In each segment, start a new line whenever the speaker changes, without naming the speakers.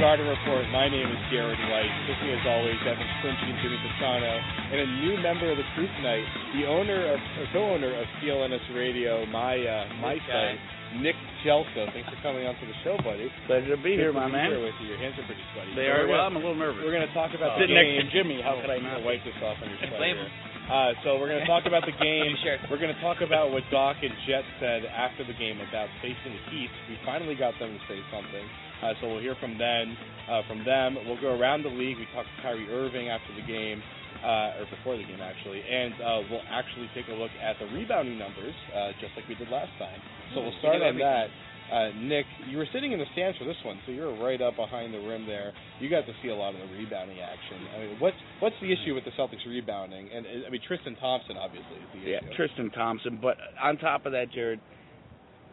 Garter Report. My name is Garrett White. With me, as always, Evan Clinton, and Jimmy Pisano, and a new member of the crew tonight, the owner of, or co-owner of CLNS Radio, my uh, my site, Nick Jelko. Thanks for coming on to the show, buddy.
Pleasure to be
Good
here,
to
my
be Here
man.
with you. Your hands are pretty sweaty. So
They are.
we're
Well,
gonna-
I'm a little nervous.
We're going to talk about
Sitting
the
Uh, next
game.
to Jimmy.
How could I
Oh,
not wipe this off on your sweater?
blame him.
Uh, so we're going to talk about the game.
Sure.
We're going to talk about what Doc and Jet said after the game about facing the Heat. We finally got them to say something. Uh, so we'll hear from them. Uh, from them, we'll go around the league. We talk to Kyrie Irving after the game, uh, or before the game actually, and uh, we'll actually take a look at the rebounding numbers, uh, just like we did last time. So
Mm-hmm.
we'll start on that. Uh, Nick, you were sitting in the stands for this one, so you were right up behind the rim there. You got to see a lot of the rebounding action. I mean, what's what's the issue with the Celtics rebounding? And uh, I mean, Tristan Thompson obviously is the
Yeah,
issue.
Tristan Thompson. But on top of that, Jared,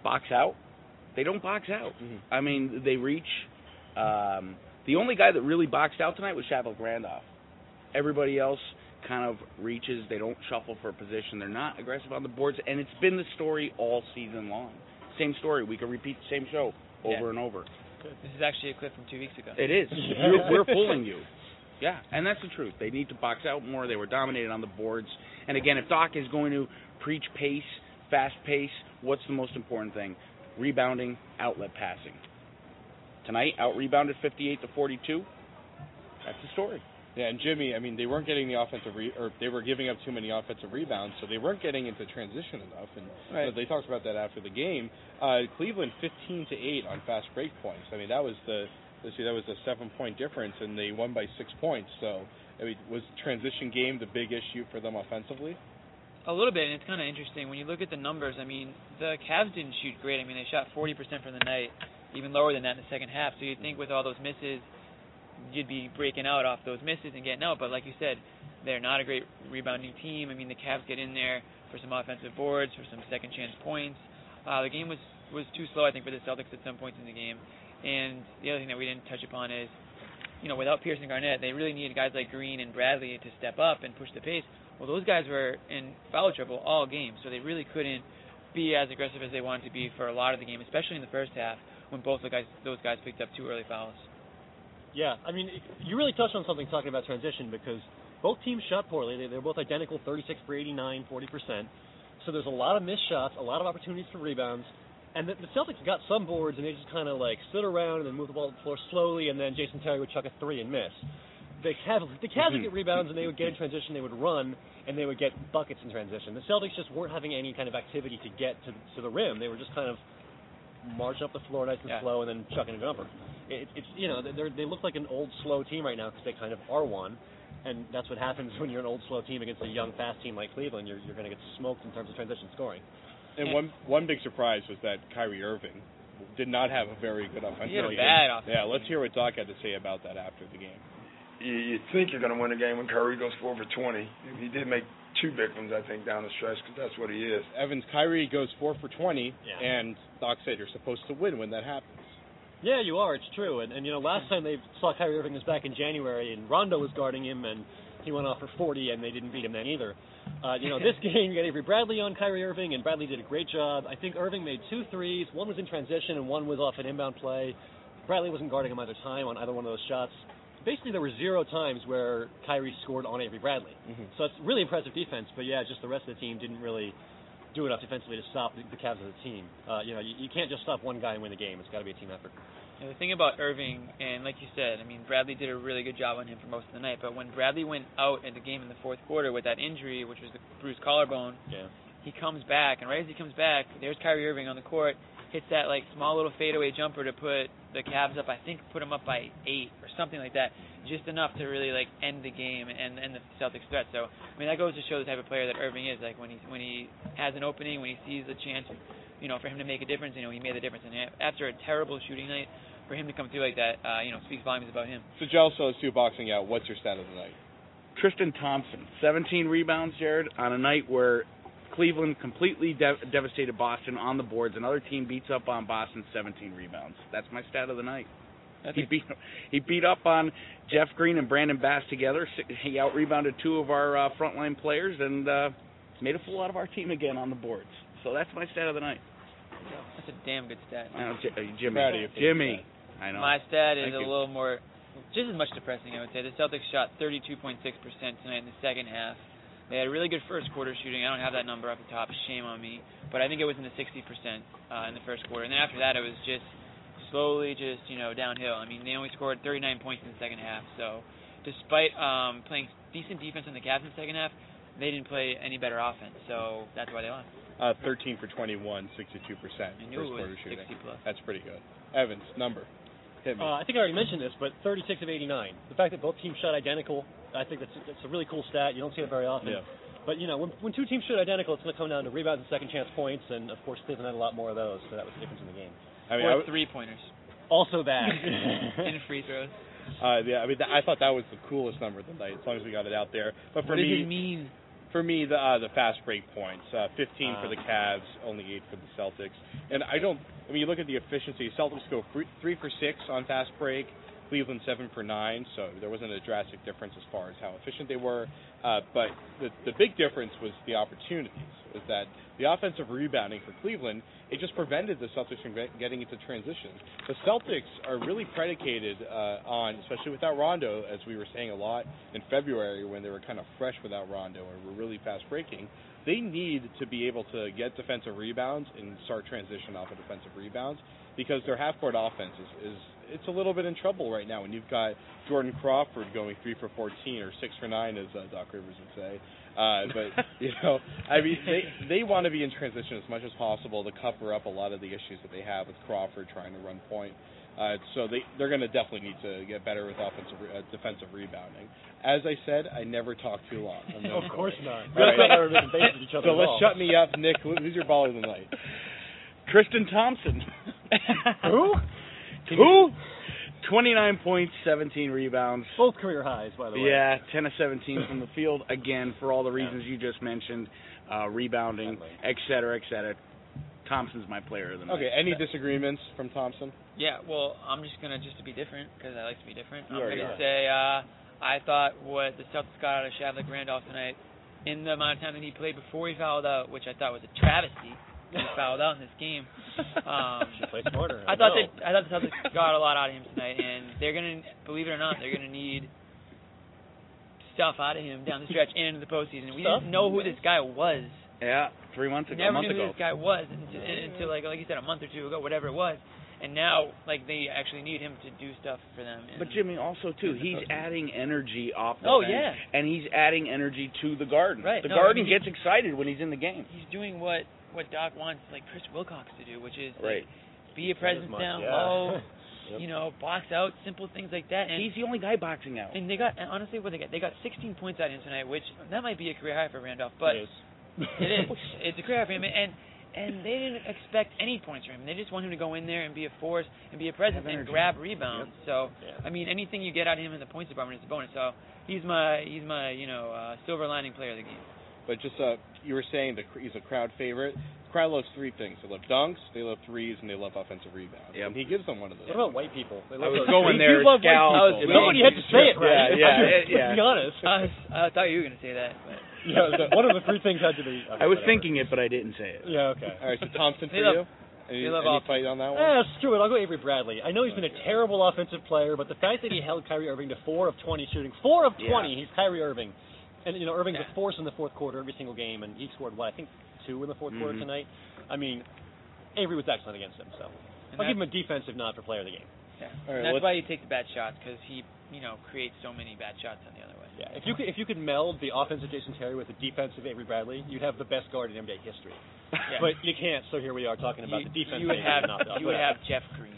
box out. They don't box out.
Mhm.
I mean, they reach. Um, the only guy that really boxed out tonight was Shavlik Randolph. Everybody else kind of reaches. They don't shuffle for a position. They're not aggressive on the boards, and it's been the story all season long. Same story. We can repeat the same show over
Yeah.
and over.
This is actually a clip from two weeks ago.
It is. You're, we're fooling you. Yeah, and that's the truth. They need to box out more. They were dominated on the boards. And again, if Doc is going to preach pace, fast pace, what's the most important thing? Rebounding, outlet passing. Tonight, out rebounded 58 to 42. That's the story.
Yeah, and Jimmy, I mean, they weren't getting the offensive re- or they were giving up too many offensive rebounds, so they weren't getting into transition enough. And you know,
Right.
they talked about that after the game. Uh, Cleveland 15 to eight on fast break points. I mean, that was the let's see, that was a seven point difference, and they won by six points. So, I mean, was transition game the big issue for them offensively?
A little bit, and it's kind of interesting when you look at the numbers. I mean, the Cavs didn't shoot great. I mean, they shot 40% from the night, even lower than that in the second half. So you'd think with all those misses, you'd be breaking out off those misses and getting out. But like you said, they're not a great rebounding team. I mean, the Cavs get in there for some offensive boards, for some second chance points. Uh, the game was was too slow, I think, for the Celtics at some points in the game. And the other thing that we didn't touch upon is, you know, without Pearson Garnett, they really needed guys like Green and Bradley to step up and push the pace. Well, those guys were in foul trouble all game, so they really couldn't be as aggressive as they wanted to be for a lot of the game, especially in the first half when both the guys those guys picked up two early fouls.
Yeah, I mean, you really touched on something talking about transition because both teams shot poorly. They, they're both identical, 36 for 89, 40 percent. So there's a lot of missed shots, a lot of opportunities for rebounds, and the, the Celtics got some boards and they just kind of like stood around and then moved the ball to the floor slowly, and then Jason Terry would chuck a three and miss. The Cavs, the Cavs would get rebounds and they would get in transition, they would run, and they would get buckets in transition. The Celtics just weren't having any kind of activity to get to, to the rim. They were just kind of marching up the floor nice and
Yeah.
slow and then chucking a jumper. It, it's you know they're, they look like an old slow team right now because they kind of are one, and that's what happens when you're an old slow team against a young fast team like Cleveland. You're you're going to get smoked in terms of transition scoring.
And one one big surprise was that Kyrie Irving did not have a very good offensive
He had a
game.
bad offensive
Yeah, let's hear what Doc had to say about that after the game.
you, you think you're going to win a game when Curry goes four for 20. He did make two big ones, I think, down the stretch because that's what he is.
Evans Kyrie goes four for 20,
Yeah.
and Doc said you're supposed to win when that happens.
Yeah, you are. It's true. And, and you know, last time they saw Kyrie Irving was back in January, and Rondo was guarding him, and he went off for 40, and they didn't beat him then either. Uh, you know, this game you got Avery Bradley on Kyrie Irving, and Bradley did a great job. I think Irving made two threes. One was in transition, and one was off an inbound play. Bradley wasn't guarding him either time on either one of those shots. basically there were zero times where Kyrie scored on Avery Bradley. So it's really impressive defense, but yeah, just the rest of the team didn't really do enough defensively to stop the, the Cavs as a team. Uh, you know, you, you can't just stop one guy and win the game. It's got to be a team effort.
And the thing about Irving, and like you said, I mean, Bradley did a really good job on him for most of the night. But when Bradley went out at the game in the fourth quarter with that injury, which was the bruised collarbone,
Yeah.
he comes back, and right as he comes back, there's Kyrie Irving on the court, hits that like small little fadeaway jumper to put the Cavs up. I think put them up by eight or something like that, just enough to really like end the game and end the Celtics threat. So I mean, that goes to show the type of player that Irving is. Like when he when he has an opening, when he sees a chance, you know, for him to make a difference, you know, he made the difference. And a- after a terrible shooting night, for him to come through like that, uh, you know, speaks volumes about him.
So Joe shows two boxing out. What's your stat of the night?
Tristan Thompson, 17 rebounds, Jared, on a night where Cleveland completely dev- devastated Boston on the boards. Another team beats up on Boston, 17 rebounds. That's my stat of the night. He beat he beat up on Jeff Green and Brandon Bass together. Si- He out rebounded two of our uh, frontline players and uh, made a fool out of our team again on the boards. So that's my stat of the night.
That's a damn good stat.
Now, J- uh, Jimmy,
Proud of you for your
Jimmy, I know.
My stat is
Thank
a
you.
little more, just as much depressing, I would say. The Celtics shot 32.6% tonight in the second half. They had a really good first quarter shooting. I don't have that number up the top. Shame on me. But I think it was in the 60% uh, in the first quarter. And then after that, it was just slowly, just you know, downhill. I mean, they only scored 39 points in the second half. So, despite um, playing decent defense on the Cavs in the second half, they didn't play any better offense. So that's why they lost.
Uh, 13 for 21, 62 percent
I
first
knew it was
quarter shooting.
60 plus.
That's pretty good. Evans number. Hit me.
Uh, I think I already mentioned this, but 36 of 89. The fact that both teams shot identical, I think that's, that's a really cool stat. You don't see it very often.
Yeah.
But you know, when, when two teams shoot identical, it's going to come down to rebounds and second chance points, and of course Cleveland had a lot more of those, so that was the difference in the game.
I mean, I
Or
w-
three pointers
Also that.
and free throws.
uh, yeah, I mean, th- I thought that was the coolest number of the night, as long as we got it out there. But
What
for
does
me,
it mean?
For me, the uh, the fast break points, uh, 15 for
Ah.
the Cavs, only eight for the Celtics. And I don't. I mean, you look at the efficiency. Celtics go free, three for six on fast break. Cleveland seven for nine. So there wasn't a drastic difference as far as how efficient they were. Uh, but the the big difference was the opportunities. Was that the offensive rebounding for Cleveland? It just prevented the Celtics from get- getting into transition. The Celtics are really predicated uh, on, especially without Rondo, as we were saying a lot in February when they were kind of fresh without Rondo and were really fast breaking. They need to be able to get defensive rebounds and start transition off of defensive rebounds because their half court offense is, is it's a little bit in trouble right now. And you've got Jordan Crawford going three for 14 or six for nine, as uh, Doc Rivers would say. Uh, but you know, I mean, they they want to be in transition as much as possible to cover up a lot of the issues that they have with Crawford trying to run point. Uh, so they they're going to definitely need to get better with offensive re- uh, defensive rebounding. As I said, I never talk too long. I'm no
of course
bully.
not.
All right.
They're on base with each other
So
at
let's
all.
shut me up, Nick. who- Who's your baller tonight?
Tristan Thompson.
Who?
Who? 29 points, 17 rebounds.
Both career highs, by the way.
Yeah, 10 of 17 from the field again for all the reasons you just mentioned, uh, rebounding, et cetera, et cetera. Thompson's my player of the night.
Okay. Any disagreements from Thompson?
Yeah, well, I'm just gonna just to be different because I like to be different.
You
I'm
already
gonna
are.
say uh, I thought what the Celtics got out of Shavlik Randolph tonight, in the amount of time that he played before he fouled out, which I thought was a travesty, that he fouled out in this game. Um,
Should play smarter.
I thought
know.
that I thought the Celtics got a lot out of him tonight, and they're gonna believe it or not, they're gonna need stuff out of him down the stretch and into the postseason. We
Stuff?
didn't know who this guy was.
Yeah, three months
We
ago, a
never
month
knew who
ago.
this guy was until, until like like you said a month or two ago, whatever it was. And now like they actually need him to do stuff for them. And
But Jimmy also too, he's adding energy off the
Oh,
bench,
yeah.
and he's adding energy to the garden.
Right,
The
no,
garden
I mean,
gets excited when he's in the game.
he's doing what what Doc wants, like Chris Wilcox to do, which is
Right.
like, be a presence
much,
down
yeah.
low, you know, box out, simple things like that. And
he's the only guy boxing out.
and they got and honestly what they got they got 16 points out of him tonight, which that might be a career high for Randolph, but
It is.
It is. It's a career for him, and and they didn't expect any points from him. They just want him to go in there and be a force and be a presence and grab rebounds. So I mean, anything you get out of him in the points department is a bonus. So he's my he's my you know uh, silver lining player of the game.
But just uh, you were saying the, cr- he's a crowd favorite. The crowd loves three things: they love dunks, they love threes, and they love offensive rebounds.
Yep.
And he gives them one of those.
What about white people? They love
was
those-
going
You
there,
love white
Scal.
people.
I was-
Somebody
Somebody
had to say it,
Yeah,
right?
yeah,
Let's
yeah.
Be honest.
I, was, I thought you were gonna say that. But
yeah, one of the three things had to be. okay,
I was
whatever.
thinking it, but I didn't say it.
Yeah. Okay.
All right, so Thompson for
They love-
you.
They
Any,
love
any
offense.
fight on that one?
Eh, screw it. I'll go Avery Bradley. I know he's been a terrible offensive player, but the fact that he held Kyrie Irving to four of twenty shooting, four of
Yeah.
twenty, he's Kyrie Irving, and you know Irving's a force in the fourth quarter every single game, and he scored what I think two in the 4th quarter
Mhm.
tonight. I mean, Avery was excellent against him, so
And
I'll
that-
give him a defensive nod for player of the game.
Yeah.
All right,
that's
let's-
why he takes the bad shots because he, you know, creates so many bad shots on the other way.
Yeah, if you could, if you could meld the offensive Jason Terry with the defensive Avery Bradley, you'd have the best guard in NBA history.
Yeah.
But you can't, so here we are talking about
You-
the defense.
you would have- you would have
Jeff
Green.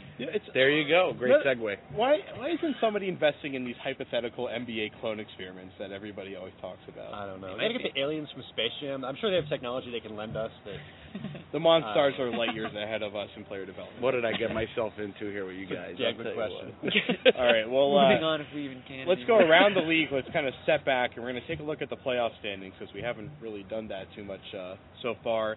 there you go. Great
Let-
segue.
Why why isn't somebody investing in these hypothetical NBA clone experiments that everybody always talks about?
I don't know. They gotta get the aliens from Space Jam. I'm sure they have technology they can lend us. That
The
uh,
Monstars are light years ahead of us in player development.
What did I get myself into here with you guys?
Yeah,
I'll
good
tell you
question.
what.
All right, well, uh,
moving on if we even can.
Let's go
anymore.
around the league. Let's kind of step back, and we're going to take a look at the playoff standings because we haven't really done that too much uh, so far.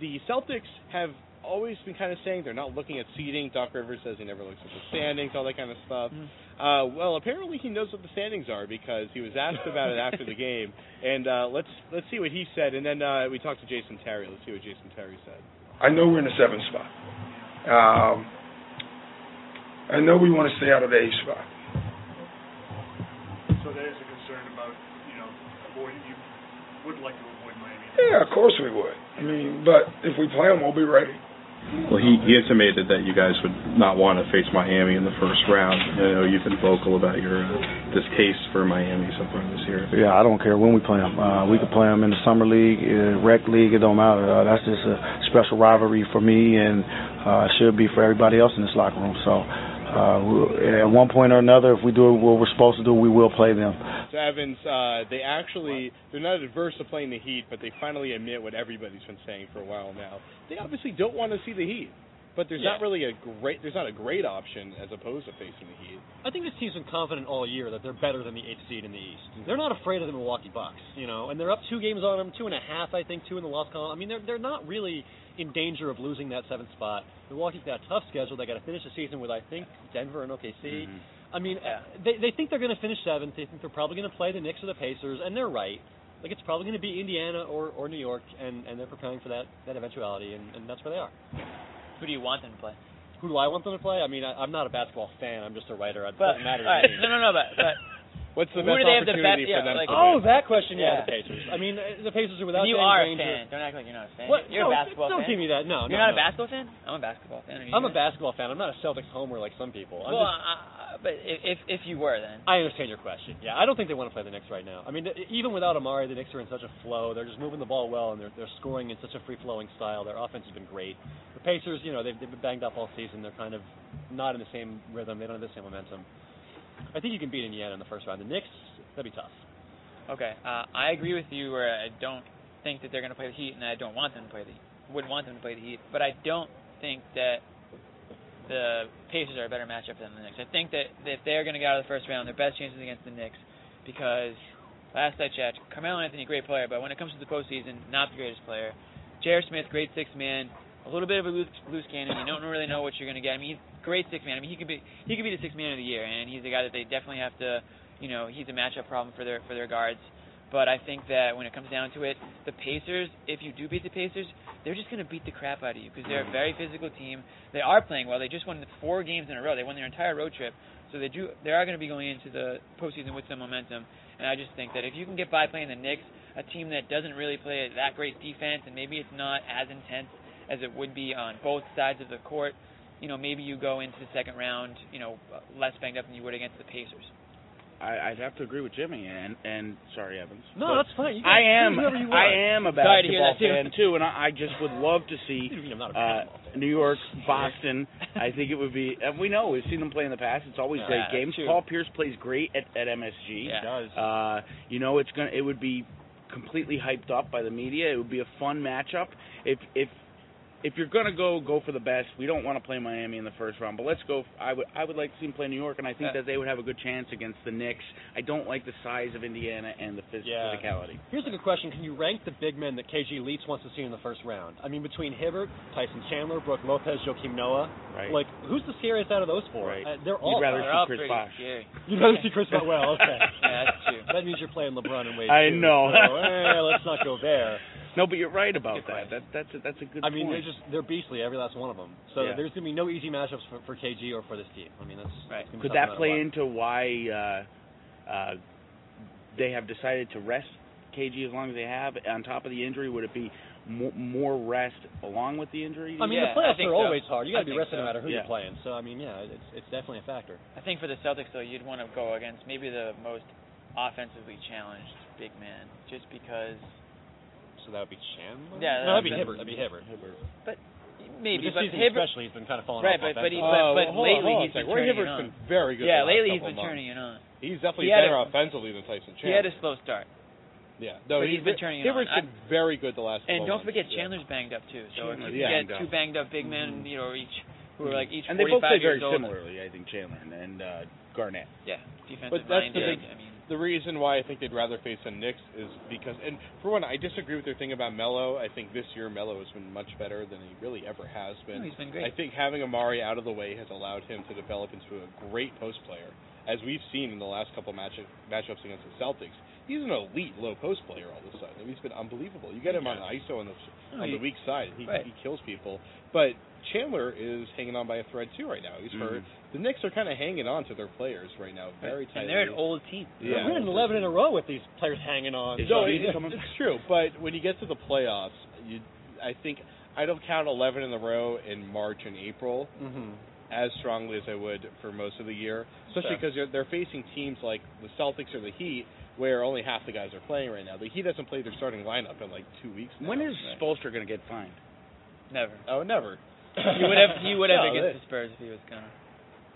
The Celtics have always been kind of saying they're not looking at seeding. Doc Rivers says he never looks at the standings, all that kind of stuff. Uh, well, apparently he knows what the standings are because he was asked about it after the game. And uh, let's let's see what he said, and then uh, we talked to Jason Terry. Let's see what Jason Terry said.
I know we're in the seventh spot. Um, I know we want to stay out of the eighth spot.
So there is a concern about, you know, avoiding, you would like to avoid Miami.
Yeah, of course we would. I mean, but if we play them, we'll be ready.
Well, he, he intimated that you guys would not want to face Miami in the first round. I know you've been vocal about your uh, this case for Miami so far this year.
Yeah, I don't care when we play them. Uh, we could play them in the summer league, uh, rec league. It don't matter. Uh, that's just a special rivalry for me, and uh, should be for everybody else in this locker room. So, uh, we, at one point or another, if we do what we're supposed to do, we will play them.
So Evans, uh, they actually they're not adverse to playing the Heat, but they finally admit what everybody's been saying for a while now. They obviously don't want to see the Heat, but there's not
Yeah.
really a great there's not a great option as opposed to facing the Heat.
I think this team's been confident all year that they're better than the eighth seed in the East. They're not afraid of the Milwaukee Bucks, you know, and they're up two games on them, two and a half, I think, two in the loss column. I mean, they're they're not really in danger of losing that seventh spot. Milwaukee's got a tough schedule. They got to finish the season with, I think, Denver and OKC. I mean, uh, they they think they're going to finish seventh. They think they're probably going to play the Knicks or the Pacers, and they're right. Like it's probably going to be Indiana or, or New York, and, and they're preparing for that, that eventuality, and, and that's where they are.
Who do you want them to play?
Who do I want them to play? I mean, I, I'm not a basketball fan. I'm just a writer. It
But
doesn't matter to
all right,
me.
no, no, no, but but
What's
the Who best do they have the opportunity best- for yeah, them like- to
oh,
win?
that question. Yeah,
Yeah.
the Pacers. I mean, uh, the Pacers are without.
you
Danny
are
Granger.
a fan. Don't act like you're not a fan.
What?
You're
No,
a basketball
don't
fan.
give me that. No, no,
You're not
no.
a basketball fan. I'm a basketball fan.
I'm a basketball fan. I'm not a Celtics homer like some people. I'm
Well,
just,
I, I, but if if- if you were then.
I understand your question. Yeah, I don't think they want to play the Knicks right now. I mean, th- even without Amari, the Knicks are in such a flow. They're just moving the ball well, and they're they're scoring in such a free flowing style. Their offense has been great. The Pacers, you know, they've, they've been banged up all season. They're kind of not in the same rhythm. They don't have the same momentum. I think you can beat Indiana in the first round. The Knicks, that'd be tough.
Okay, uh, I agree with you where I don't think that they're going to play the Heat, and I don't want them to play the Heat. Wouldn't want them to play the Heat, but I don't think that the Pacers are a better matchup than the Knicks. I think that if they're going to get out of the first round, their best chance is against the Knicks because last I checked, Carmelo Anthony, great player, but when it comes to the postseason, not the greatest player. J.R. Smith, great six man, a little bit of a loose, loose cannon. You don't really know what you're going to get. I mean, he's great six man. I mean, he could be he could be the six man of the year, and he's a guy that they definitely have to you know he's a matchup problem for their for their guards. But I think that when it comes down to it, the Pacers, if you do beat the Pacers, they're just going to beat the crap out of you because they're a very physical team. They are playing well. They just won four games in a row. They won their entire road trip, so they do they are going to be going into the postseason with some momentum. And I just think that if you can get by playing the Knicks, a team that doesn't really play that great defense, and maybe it's not as intense as it would be on both sides of the court, you know, maybe you go into the second round, you know, less banged up than you would against the Pacers.
I, I'd have to agree with Jimmy and and sorry Evans.
No,
but
that's fine. You can
I am
choose whoever you want.
I am a
Sorry to hear
basketball
that, too.
fan too, and I, I just would love to see uh, New York, Boston. I think it would be. And we know we've seen them play in the past. It's always
Yeah,
great
that's
games.
true.
Paul Pierce plays great at, at MSG.
Yeah. He does.
Uh, you know, it's gonna. It would be completely hyped up by the media. It would be a fun matchup. If if if you're gonna go, go for the best. We don't want to play Miami in the first round, but let's go. I would I would like to see them play New York, and I think
Yeah.
that they would have a good chance against the Knicks. I don't like the size of Indiana and the phys- physicality.
Here's a good question. Can you rank the big men that KG Leitz wants to see in the first round? I mean, between Hibbert, Tyson Chandler, Brooke Lopez, Joakim Noah,
Right.
like who's the scariest out of those four?
Right.
Uh, they're
You'd
all.
rather
they're
see
all
Chris
pretty
Bosh.
scary. You'd rather see Chris Bosh. Well, okay.
Yeah, that's true.
That means you're playing LeBron in ways.
I
too,
know.
So, eh, let's not go there.
No, but you're right about that. that that's a, that's a good.
I mean,
point.
they're just they're beastly, every last one of them. So
Yeah.
there's gonna be no easy matchups for, for KG or for this team. I mean, that's right.
Could that play into why uh, uh, they have decided to rest KG as long as they have on top of the injury? Would it be mo- more rest along with the injury?
I mean, the playoffs are always hard. You got to be rested no matter who
yeah.
you're playing. So I mean, yeah, it's it's definitely a factor.
I think for the Celtics, though, you'd want to go against maybe the most offensively challenged big man, just because.
So that would be Chandler.
Yeah,
no, that'd
that-
be
that-
Hibbert. That'd be Hibbert.
But maybe,
this
but
season
Hibbert-
especially, he's been kind of falling
Right,
off.
but but, he,
offensively.
but, but lately he's been
Roy
turning it
Hibbert's
on.
been very good.
Yeah,
the last
lately he's
couple
been
months.
turning it on.
He's definitely
He had
better
a-
offensively than Tyson Chandler.
He had a slow start.
yeah, no,
but he's been
re-
turning it
Hibbert's
on.
been very good the last.
And
couple
don't
months.
forget Chandler's banged up too. So if
Chandler's
you
banged
get
up.
two banged up big men,
Mm-hmm.
you know, each who are like each
and they both
45
play very
years old.
similarly, I think Chandler and, and uh, Garnett.
Yeah,
But
defensive
that's the
minded.
big. The reason why I think they'd rather face the Knicks is because, and for one, I disagree with their thing about Melo. I think this year Melo has been much better than he really ever has
No,
been.
he's been great.
I think having Amari out of the way has allowed him to develop into a great post player, as we've seen in the last couple match- matchups against the Celtics. He's an elite low post player all of a sudden. I mean, he's been unbelievable. You get him on ISO on the
No,
on
he-
the weak side, he,
right.
he kills people. But Chandler is hanging on by a thread too right now. He's
Mhm.
hurt.
Mm-hmm.
The Knicks are kind of hanging on to their players right now, very tightly.
And they're an old
team.
Yeah.
We're in 11 in a row with these players hanging on.
No, it, it's true. But when you get to the playoffs, you, I think I don't count 11 in a row in March and April
Mm-hmm.
as strongly as I would for most of the year, especially
Sure.
because they're, they're facing teams like the Celtics or the Heat, where only half the guys are playing right now. The Heat hasn't played their starting lineup in like two weeks. Now.
When is Spolster going to get fined?
Never.
Oh, never.
He would have he would have
No,
against
they-
the Spurs if he was gonna.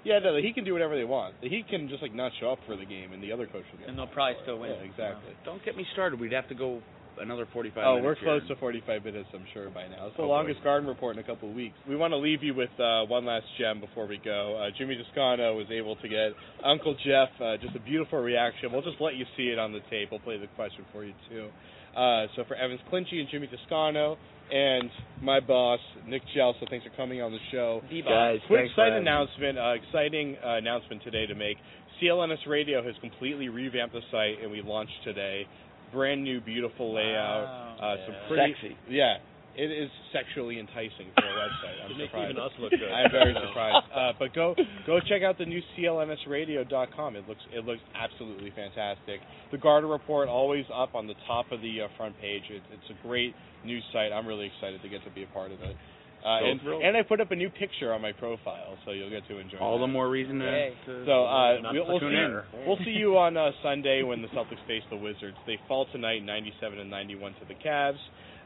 Yeah, no, he can do whatever they want. He can just like not show up for the game, and the other coach will get.
And they'll probably still
win. Yeah, exactly.
Don't get me started. We'd have to go another 45
Oh,
minutes
we're
here.
close to 45 minutes, I'm sure by now. It's the
Oh, boy.
longest garden report in a couple of weeks. We want to leave you with uh, one last gem before we go. Uh, Jimmy Descano was able to get Uncle Jeff uh, just a beautiful reaction. We'll just let you see it on the tape. We'll play the question for you too. Uh, so for Evans Clinchy and Jimmy Descano and my boss Nick Gelso, thanks for coming on the show.
The boss. Guys,
quick
thanks for
side
having me.
announcement, uh, exciting uh, announcement today to make. CLNS Radio has completely revamped the site, and we launched today. Brand new, beautiful layout. Uh, Some pretty,
Sexy.
Yeah, it is sexually enticing for a website. I'm
It makes
surprised.
even us look good.
I'm very surprised. Uh, but go go check out the new clnsradio.com. It looks it looks absolutely fantastic. The Garter Report always up on the top of the uh, front page. It, it's a great news site. I'm really excited to get to be a part of it. Uh,
So
and,
thrilled.
and I put up a new picture on my profile, so you'll get to enjoy.
All
that.
the more reason to,
Yay.
to
So uh,
not
we'll, we'll
tune
see,
in.
we'll see you on uh, Sunday when the Celtics face the Wizards. They fall tonight, 97 and 91 to the Cavs.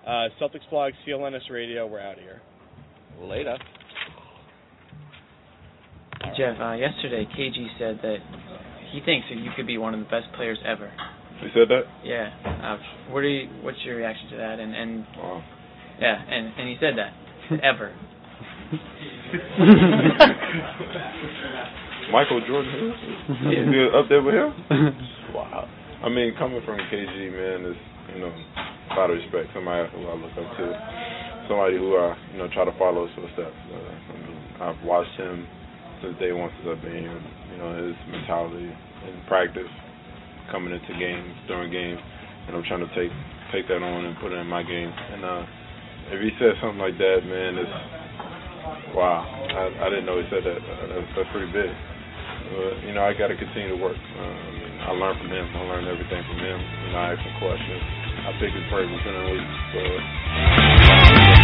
Uh, Celtics blog, CLNS radio. We're out of here.
Later.
Jeff, uh, yesterday KG said that he thinks that you could be one of the best players ever.
He said that?
Yeah. Uh, what do you, What's your reaction to that? And and yeah, and and he said that ever.
Michael Jordan
Yeah.
is he up there with him? wow. I mean, coming from KG, man, is you know, a lot of respect. Somebody who I look up to, somebody who I you know try to follow his footsteps. Uh, I mean, I've watched him since day one since I've been here. You know, his mentality in practice, coming into games during games, and I'm trying to take take that on and put it in my game. And uh, if he says something like that, man, it's wow. I, I didn't know he said that. Uh, That's, that's pretty big. But, you know, I got to continue to work. Uh, I mean, I learned from him. I learned everything from him. You know, I asked him questions. I picked his brain within a week. So.